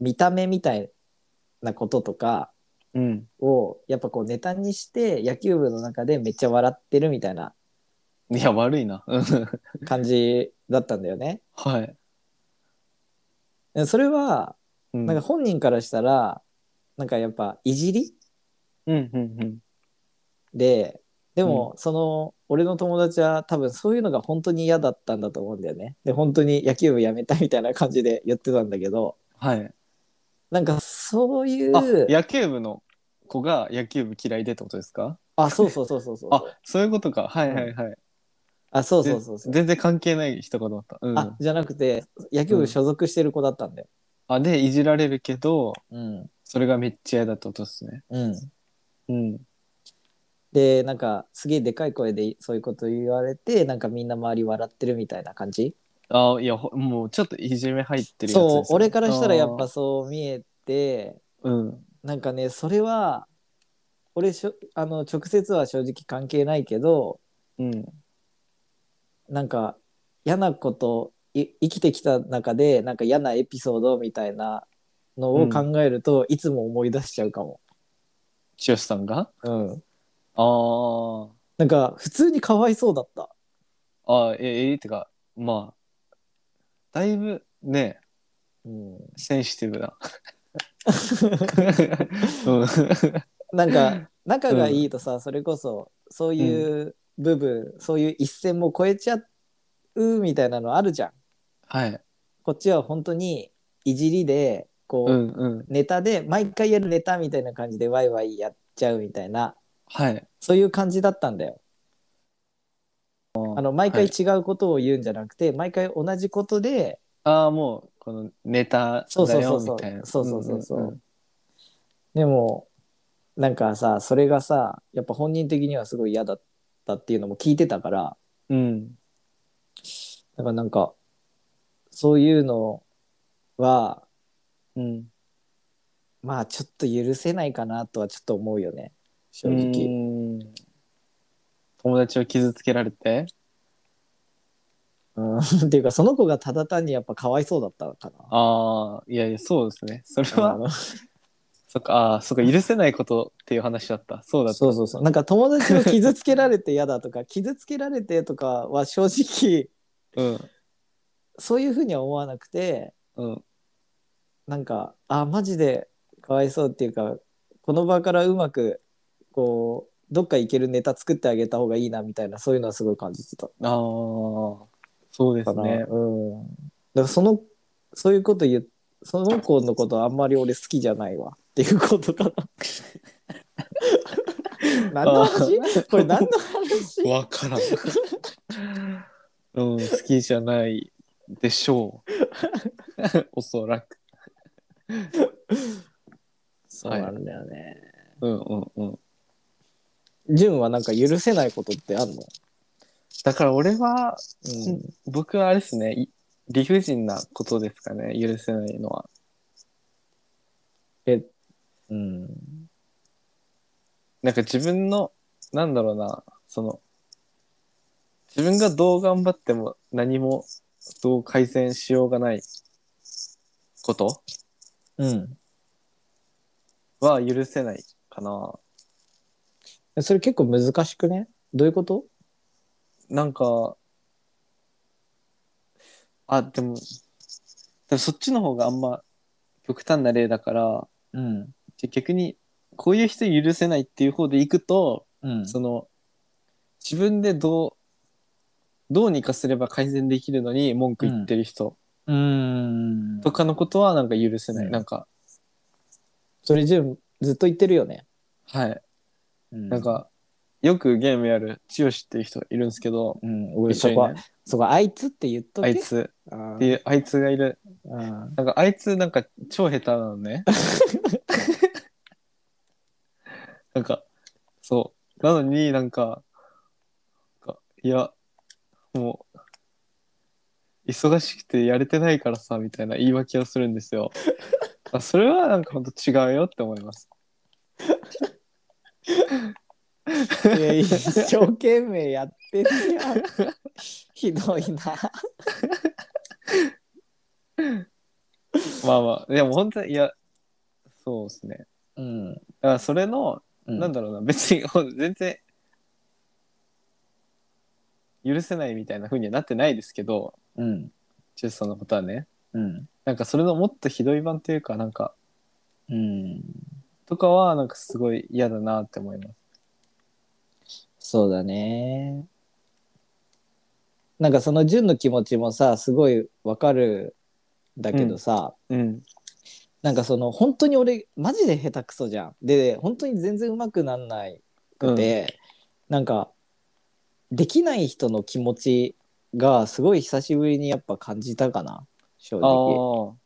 Speaker 2: 見た目みたいなこととか
Speaker 1: うん
Speaker 2: をやっぱこうネタにして野球部の中でめっちゃ笑ってるみたいない
Speaker 1: や悪いな うん
Speaker 2: 感じだったんだよね。
Speaker 1: はい、
Speaker 2: でそれは
Speaker 1: うん、
Speaker 2: なんか本人からしたらなんかやっぱいじり
Speaker 1: うんうん
Speaker 2: ででもその俺の友達は多分そういうのが本当に嫌だったんだと思うんだよね。で本当に野球部やめたみたいな感じで言ってたんだけど
Speaker 1: はい
Speaker 2: なんかそうい
Speaker 1: あ
Speaker 2: う
Speaker 1: 野球部の子が野球部嫌いでってことですか
Speaker 2: あそうそうそうそうそう
Speaker 1: あそういうことかはいはいはい、
Speaker 2: あそう
Speaker 1: で
Speaker 2: そうそうそう
Speaker 1: 全然関係ない一言だった、うん、
Speaker 2: あ
Speaker 1: あ
Speaker 2: じゃなくて野球部所属してる子だったんだよ。
Speaker 1: でいじられるけど
Speaker 2: うん
Speaker 1: それがめっちゃ嫌だってことですね
Speaker 2: うん、
Speaker 1: うん
Speaker 2: でなんかすげえでかい声でそういうこと言われてなんかみんな周り笑ってるみたいな感じ、
Speaker 1: あいやほもうちょっといじめ入ってるやつです
Speaker 2: そ
Speaker 1: ね
Speaker 2: う俺からしたらやっ
Speaker 1: あ
Speaker 2: ぱ
Speaker 1: ー
Speaker 2: そう見えて
Speaker 1: うん
Speaker 2: なんかねそれは俺しょあの直接は正直関係ないけど
Speaker 1: うん
Speaker 2: なんか嫌なことい生きてきた中でなんか嫌なエピソードみたいなのを考えると、いつも思い出しちゃうかも。
Speaker 1: 剛さんが
Speaker 2: うん、
Speaker 1: あー
Speaker 2: なんか普通にかわいそうだった。
Speaker 1: あーええってかまあだいぶね
Speaker 2: うん、
Speaker 1: センシティブ なうん
Speaker 2: なん か仲がいいとさ、それこそそういう部分、そういう一線も超えちゃうみたいなのあるじゃん。
Speaker 1: はい
Speaker 2: こっちは本当にいじりでこう、
Speaker 1: うんうん
Speaker 2: ネタで毎回やるネタみたいな感じでワイワイやっちゃうみたいな
Speaker 1: はい
Speaker 2: そういう感じだったんだよ。あの毎回
Speaker 1: はい
Speaker 2: 違うことを言うんじゃなくて、毎回同じことで
Speaker 1: ああもうこのネタ
Speaker 2: そうそ
Speaker 1: だ
Speaker 2: うそ
Speaker 1: よ
Speaker 2: うそう
Speaker 1: みたいな
Speaker 2: そうそうそうそうん
Speaker 1: んん
Speaker 2: でもなんかさそれがさやっぱ本人的にはすごい嫌だったっていうのも聞いてたから。
Speaker 1: うん
Speaker 2: だからなんか、そういうのは、
Speaker 1: うん
Speaker 2: まあちょっと許せないかなとはちょっと思うよね、正
Speaker 1: う
Speaker 2: 直。
Speaker 1: ん友達を傷つけられて
Speaker 2: うん、 っていうか、その子がただ単にやっぱかわいそうだったのかな。
Speaker 1: ああいやいやそうですねそれは
Speaker 2: あの
Speaker 1: そっかあーそっか許せないことっていう話だったそうだった
Speaker 2: そうそうそう。なんか友達を傷つけられて嫌だと か、傷つけられてとかは正直、
Speaker 1: うん
Speaker 2: そういうふうには思わなくて、
Speaker 1: うん
Speaker 2: なんか、あ、マジでかわいそうっていうか、この場からうまく、こう、どっか行けるネタ作ってあげた方がいいなみたいな、そういうのはすごい感じてた。
Speaker 1: ああそうです
Speaker 2: かな。
Speaker 1: ね
Speaker 2: うん。だからその、そういうこと言う、その子のことあんまり俺好きじゃないわっていうことかな。 何の 話これ何の話
Speaker 1: わからん。うん、好きじゃないでしょ う。おそらく。
Speaker 2: そうなんだよね。
Speaker 1: うんうんうん。
Speaker 2: 純はなんか許せないことってあんの
Speaker 1: だから俺は、
Speaker 2: うん。
Speaker 1: 僕はあれですね、い理不尽なことですかね、許せないのは。
Speaker 2: え、
Speaker 1: うん。なんか自分の、なんだろうな、その、自分がどう頑張っても何もどう改善しようがないこと
Speaker 2: うん。
Speaker 1: は許せないかな。
Speaker 2: それ結構難しくねどういうこと
Speaker 1: なんか、あ、でも、でもそっちの方があんま極端な例だから、
Speaker 2: うん。
Speaker 1: じゃあ逆に、こういう人許せないっていう方でいくと、
Speaker 2: うん。
Speaker 1: その、自分でどう、どうにかすれば改善できるのに文句言ってる人
Speaker 2: うん。
Speaker 1: とかのことはなんか許せない。
Speaker 2: うん
Speaker 1: なんか、
Speaker 2: それ純ずっと言ってるよね。
Speaker 1: はい。
Speaker 2: な
Speaker 1: なん、か、よくゲームやる、チヨシっていう人いるんですけど、
Speaker 2: うん、俺
Speaker 1: 一緒
Speaker 2: そ
Speaker 1: に
Speaker 2: こは、
Speaker 1: ね
Speaker 2: そこはあいつって言っと
Speaker 1: あ
Speaker 2: け。
Speaker 1: いつ
Speaker 2: あー。
Speaker 1: っていう、あいつがいる。
Speaker 2: うん
Speaker 1: なんかあいつなんか超下手なのね。なんかそう。なのになんか、なんかいや、もう、忙しくてやれてないからさ、みたいな言い訳をするんですよ。あそれはなんかほんと違うよって思います。
Speaker 2: いや一生懸命やってる やん。ひどいな。
Speaker 1: まあまあ、でも本当に、いや、そうですね。
Speaker 2: うん。
Speaker 1: だからそれの、
Speaker 2: な
Speaker 1: なんん
Speaker 2: だ
Speaker 1: だろうな、別にほん全然、許せないみたいな風にはなってないですけど、
Speaker 2: うん。
Speaker 1: ジュースさんのことはね。
Speaker 2: うん。
Speaker 1: なんかそれのもっとひどい版というか、なんか、
Speaker 2: うん。
Speaker 1: とかは、なんかすごい嫌だなって思います。
Speaker 2: そうだね。なんかその純の気持ちもさ、すごいわかるんだけどさ、
Speaker 1: うん。
Speaker 2: なんかその本当に俺、マジで下手くそじゃん。で、本当に全然うまくなんないくて、なんか、できない人の気持ちがすごい久しぶりにやっぱ感じたかな、正
Speaker 1: ああ
Speaker 2: 直。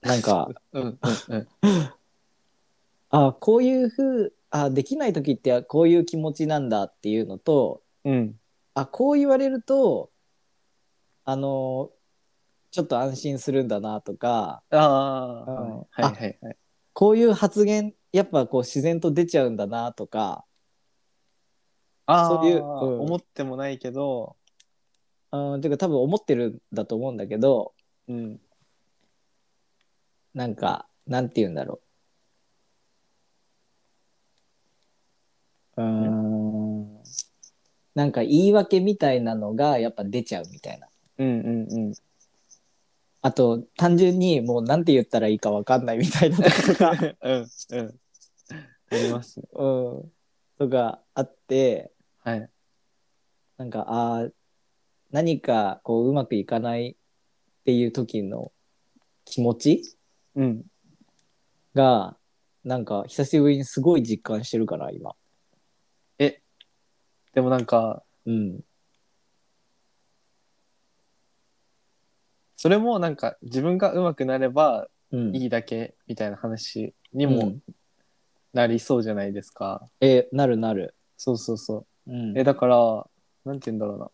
Speaker 2: なんか、
Speaker 1: ー。うんうんうん。
Speaker 2: あこういうふうあできない時ってあこういう気持ちなんだっていうのと
Speaker 1: うん。
Speaker 2: あこう言われるとあのちょっと安心するんだなとか
Speaker 1: あ
Speaker 2: う
Speaker 1: あ。
Speaker 2: ん
Speaker 1: はいはいはい。
Speaker 2: こういう発言やっぱこう自然と出ちゃうんだなとか、
Speaker 1: ああ、
Speaker 2: そういううん
Speaker 1: 思ってもないけど、
Speaker 2: うん、ていうか多分思ってるんだと思うんだけど
Speaker 1: うん。
Speaker 2: なんかなんて言うんだろううーんなんか言い訳みたいなのがやっぱ出ちゃうみたいな。
Speaker 1: うん うんうん。
Speaker 2: あと単純にもうなんて言ったらいいかわかんないみたいなとことか、
Speaker 1: うんうん。ありますね。
Speaker 2: うん、とかあって
Speaker 1: はい。
Speaker 2: なんかあー何かこううまくいかないっていう時の気持ち
Speaker 1: うん。
Speaker 2: がなんか久しぶりにすごい実感してるから今。
Speaker 1: え、でもなんか、
Speaker 2: うん、
Speaker 1: それもなんか自分が上手くなれば
Speaker 2: うん、
Speaker 1: いいだけみたいな話に
Speaker 2: で
Speaker 1: もなりそうじゃないですか。
Speaker 2: えなるなる。
Speaker 1: そうそうそう。
Speaker 2: うん
Speaker 1: え、だから、なんて言うんだろうな。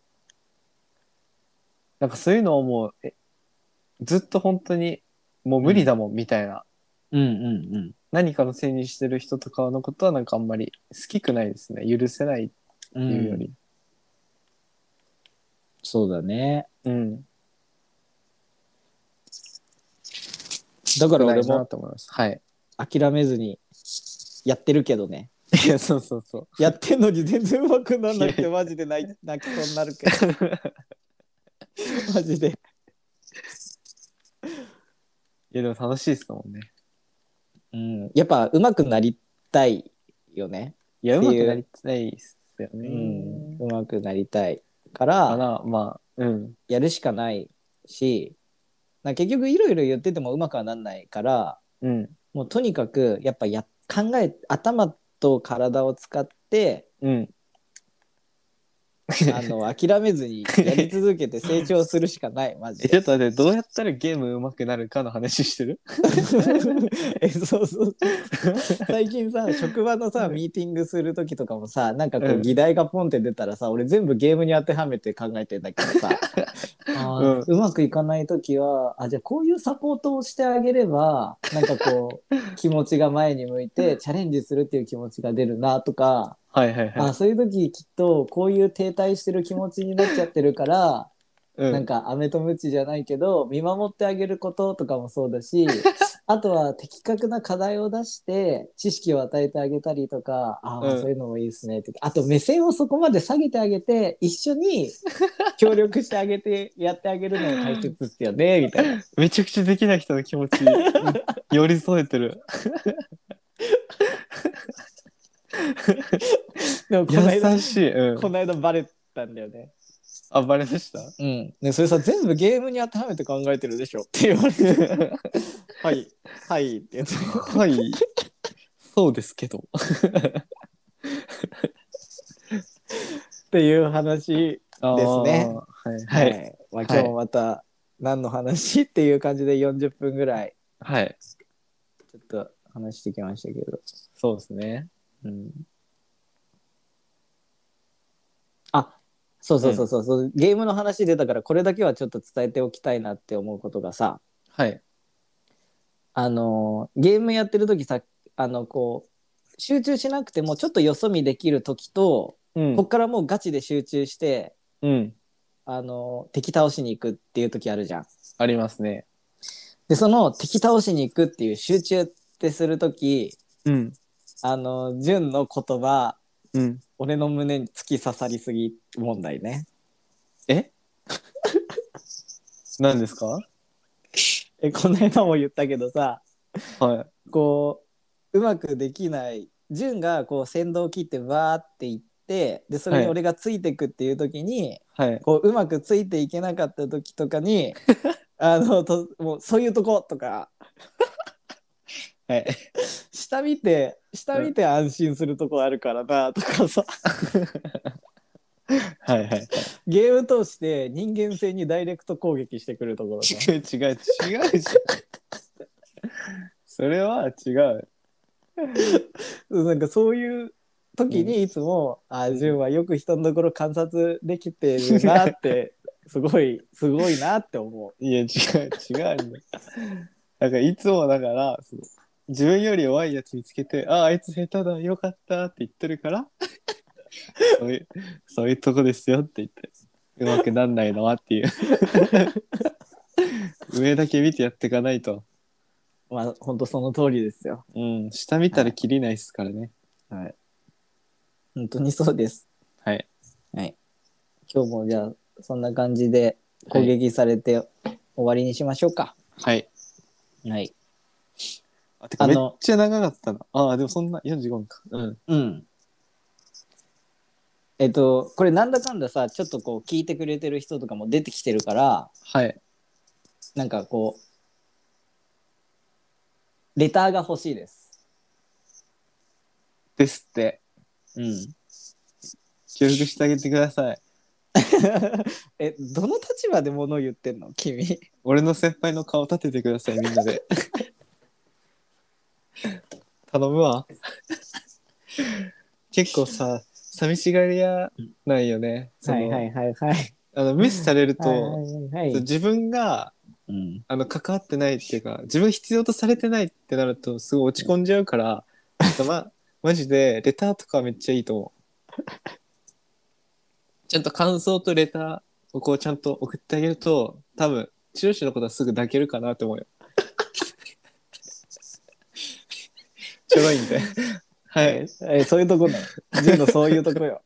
Speaker 1: なんかそういうのをもう、えずっと本当にもう無理だもんみたいな、
Speaker 2: うんうんうん
Speaker 1: 何かのせいにしてる人とかのことはなんかあんまり好きくないですね。許せないって
Speaker 2: う
Speaker 1: いうよ
Speaker 2: ん、
Speaker 1: り。
Speaker 2: そうだね
Speaker 1: うん。
Speaker 2: だから
Speaker 1: 良くな
Speaker 2: 俺
Speaker 1: いな
Speaker 2: も
Speaker 1: と思います。はい。
Speaker 2: 諦めずにやってるけどね
Speaker 1: いや、そうそうそう。
Speaker 2: やってんのに全然うまくならなくてマジで泣い泣きそうになるけど マジで
Speaker 1: いや、でも楽しいですもんね。
Speaker 2: うんやっぱうまくなりたいよね
Speaker 1: いや、
Speaker 2: っ
Speaker 1: 上
Speaker 2: て
Speaker 1: 手
Speaker 2: いう
Speaker 1: くなりたいですよ
Speaker 2: う
Speaker 1: ね。
Speaker 2: んうまくなりたいか
Speaker 1: からな、まあ、うん。
Speaker 2: やるしかないしなんか結局いろいろ言っててもうまくはなんないから
Speaker 1: うん。
Speaker 2: もうとにかくやっぱやっ考え頭と体を使って
Speaker 1: うん。
Speaker 2: あの諦めずにやり続けて成長するしかないマジ
Speaker 1: え、ちょ っと待
Speaker 2: で
Speaker 1: って、どうやったらゲーム上手くなるかの話してる
Speaker 2: えそうそう最近さ職場のさミーティングする時とかもさなんかこ
Speaker 1: うん
Speaker 2: う議題がポンって出たらさ俺全部ゲームに当てはめて考えてんだけどさ あーうまくいかない時はあじゃあこういうサポートをしてあげればなんかこ う気持ちが前に向いてチャレンジするっていう気持ちが出るなとか
Speaker 1: はいはいはい。
Speaker 2: あそういう時きっとこういう停滞してる気持ちになっちゃってるから、
Speaker 1: うん
Speaker 2: なんか飴とムチじゃないけど見守ってあげることとかもそうだ しあとは的確な課題を出して知識を与えてあげたりとかあ、
Speaker 1: うん
Speaker 2: そういうのもいいですねってあと目線をそこまで下げてあげて一緒 に協力してあげてやってあげるのが大切ですよねみたいな。
Speaker 1: めちゃくちゃできない人の気 持ちうん寄り添えてる。
Speaker 2: でもこの間
Speaker 1: 優しい。うん
Speaker 2: こ。の間バレたんだよね。
Speaker 1: あ、バレました
Speaker 2: うん、ねそれさ全部ゲームに当てはめて考えてるでしょって言われて はいはい ってやつ
Speaker 1: はい。そうですけど。
Speaker 2: っていう話、
Speaker 1: ですね。
Speaker 2: は
Speaker 1: はい。
Speaker 2: いまあ、今日もまた何の話っていう感じで40分ぐらい
Speaker 1: はい。
Speaker 2: ちょっと話してきましたけど、
Speaker 1: そうですね。
Speaker 2: うん、あそうそうそうそうそう、ゲームの話出たからこれだけはちょっと伝えておきたいなって思うことがさ
Speaker 1: はい。
Speaker 2: あのゲームやってる時さあのこう集中しなくてもちょっとよそ見できる時と
Speaker 1: うん
Speaker 2: こっからもうガチで集中して、
Speaker 1: うん。
Speaker 2: あの、敵倒しに行くっていう時あるじゃん。
Speaker 1: ありますね。
Speaker 2: で、その敵倒しに行くっていう集中ってする時、
Speaker 1: うん。
Speaker 2: あの、純の言葉、
Speaker 1: うん。
Speaker 2: 俺の胸に突き刺さりすぎ問題ね。
Speaker 1: え何ですか
Speaker 2: え、この間も言ったけどさ、
Speaker 1: はい。
Speaker 2: こう、うまくできない、純がこう先導を切ってわーって行って、で、それに俺がついてくっていう時に、
Speaker 1: はい。
Speaker 2: こううまくついていけなかった時とか にあのともうそういうとことか、
Speaker 1: はい、
Speaker 2: 下見て下見て安心するとこあるからなとか さ
Speaker 1: はいはい。
Speaker 2: ゲーム通して人間性にダイレクト攻撃してくるところ さ
Speaker 1: 違う違う違うじゃん。それは違う。
Speaker 2: なんかそういう時にいつも、あ純はよく人のところ観察できてるなって すごいすごいなって思う。
Speaker 1: いや違う違うんだよ。なんかいつもだからその自分より弱いやつ見つけて「ああいつ下手だよかった」って言ってるから そういうそういうとこですよって言ってうまくなんないのはっていう 上だけ見てやっていかないと、
Speaker 2: まあ本当その通りですよ。
Speaker 1: うん、下見たらきりないですからね
Speaker 2: はい。本当にそうです。
Speaker 1: はい
Speaker 2: はい。今日もじゃあ、そんな感じで攻撃されて終わりにしましょうか。
Speaker 1: はい
Speaker 2: はい。
Speaker 1: あてか
Speaker 2: あ
Speaker 1: めっ
Speaker 2: の
Speaker 1: ちゃ長かったなああでもそんな45分かうん
Speaker 2: うん。えっと、これなんだかんださ、ちょっとこう聞いてくれてる人とかも出てきてるから、
Speaker 1: はい
Speaker 2: なんかこう、レターが欲しいです。
Speaker 1: ですって
Speaker 2: うん。
Speaker 1: 協力してあげてください
Speaker 2: え、どの立場で物を言ってんの君。
Speaker 1: 俺の先輩の顔立ててくださいみんなで頼むわ結構さ寂しがり屋なんよねその
Speaker 2: はいはい。
Speaker 1: あの無視されると、
Speaker 2: はいはい。
Speaker 1: 自分が
Speaker 2: うん。
Speaker 1: あの関わってないっていうか自分必要とされてないってなるとすごい落ち込んじゃうから、ま、マジでレターとかめっちゃいいと思うちゃんと感想とレターをこうちゃんと送ってあげると多分治療師のことはすぐ抱けるかなと思うよちょろいんではい
Speaker 2: え、そういうとこなの。純のそういうとこよ。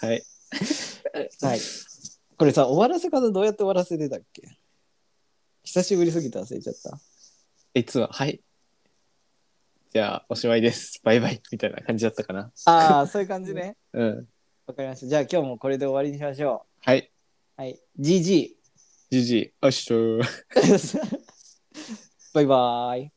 Speaker 1: はい
Speaker 2: はい。これさ、終わらせ方どうやって終わらせてたっけ久しぶりすぎて忘れちゃった。
Speaker 1: いつははいじゃあおしまいですバイバイみたいな感じだったかな
Speaker 2: ああ、そういう感じね。
Speaker 1: うん
Speaker 2: わかりました。じゃあ今日もこれで終わりにしましょ
Speaker 1: はい、
Speaker 2: う。はい。GG。
Speaker 1: じじい、あっしょー。
Speaker 2: バイバーイ。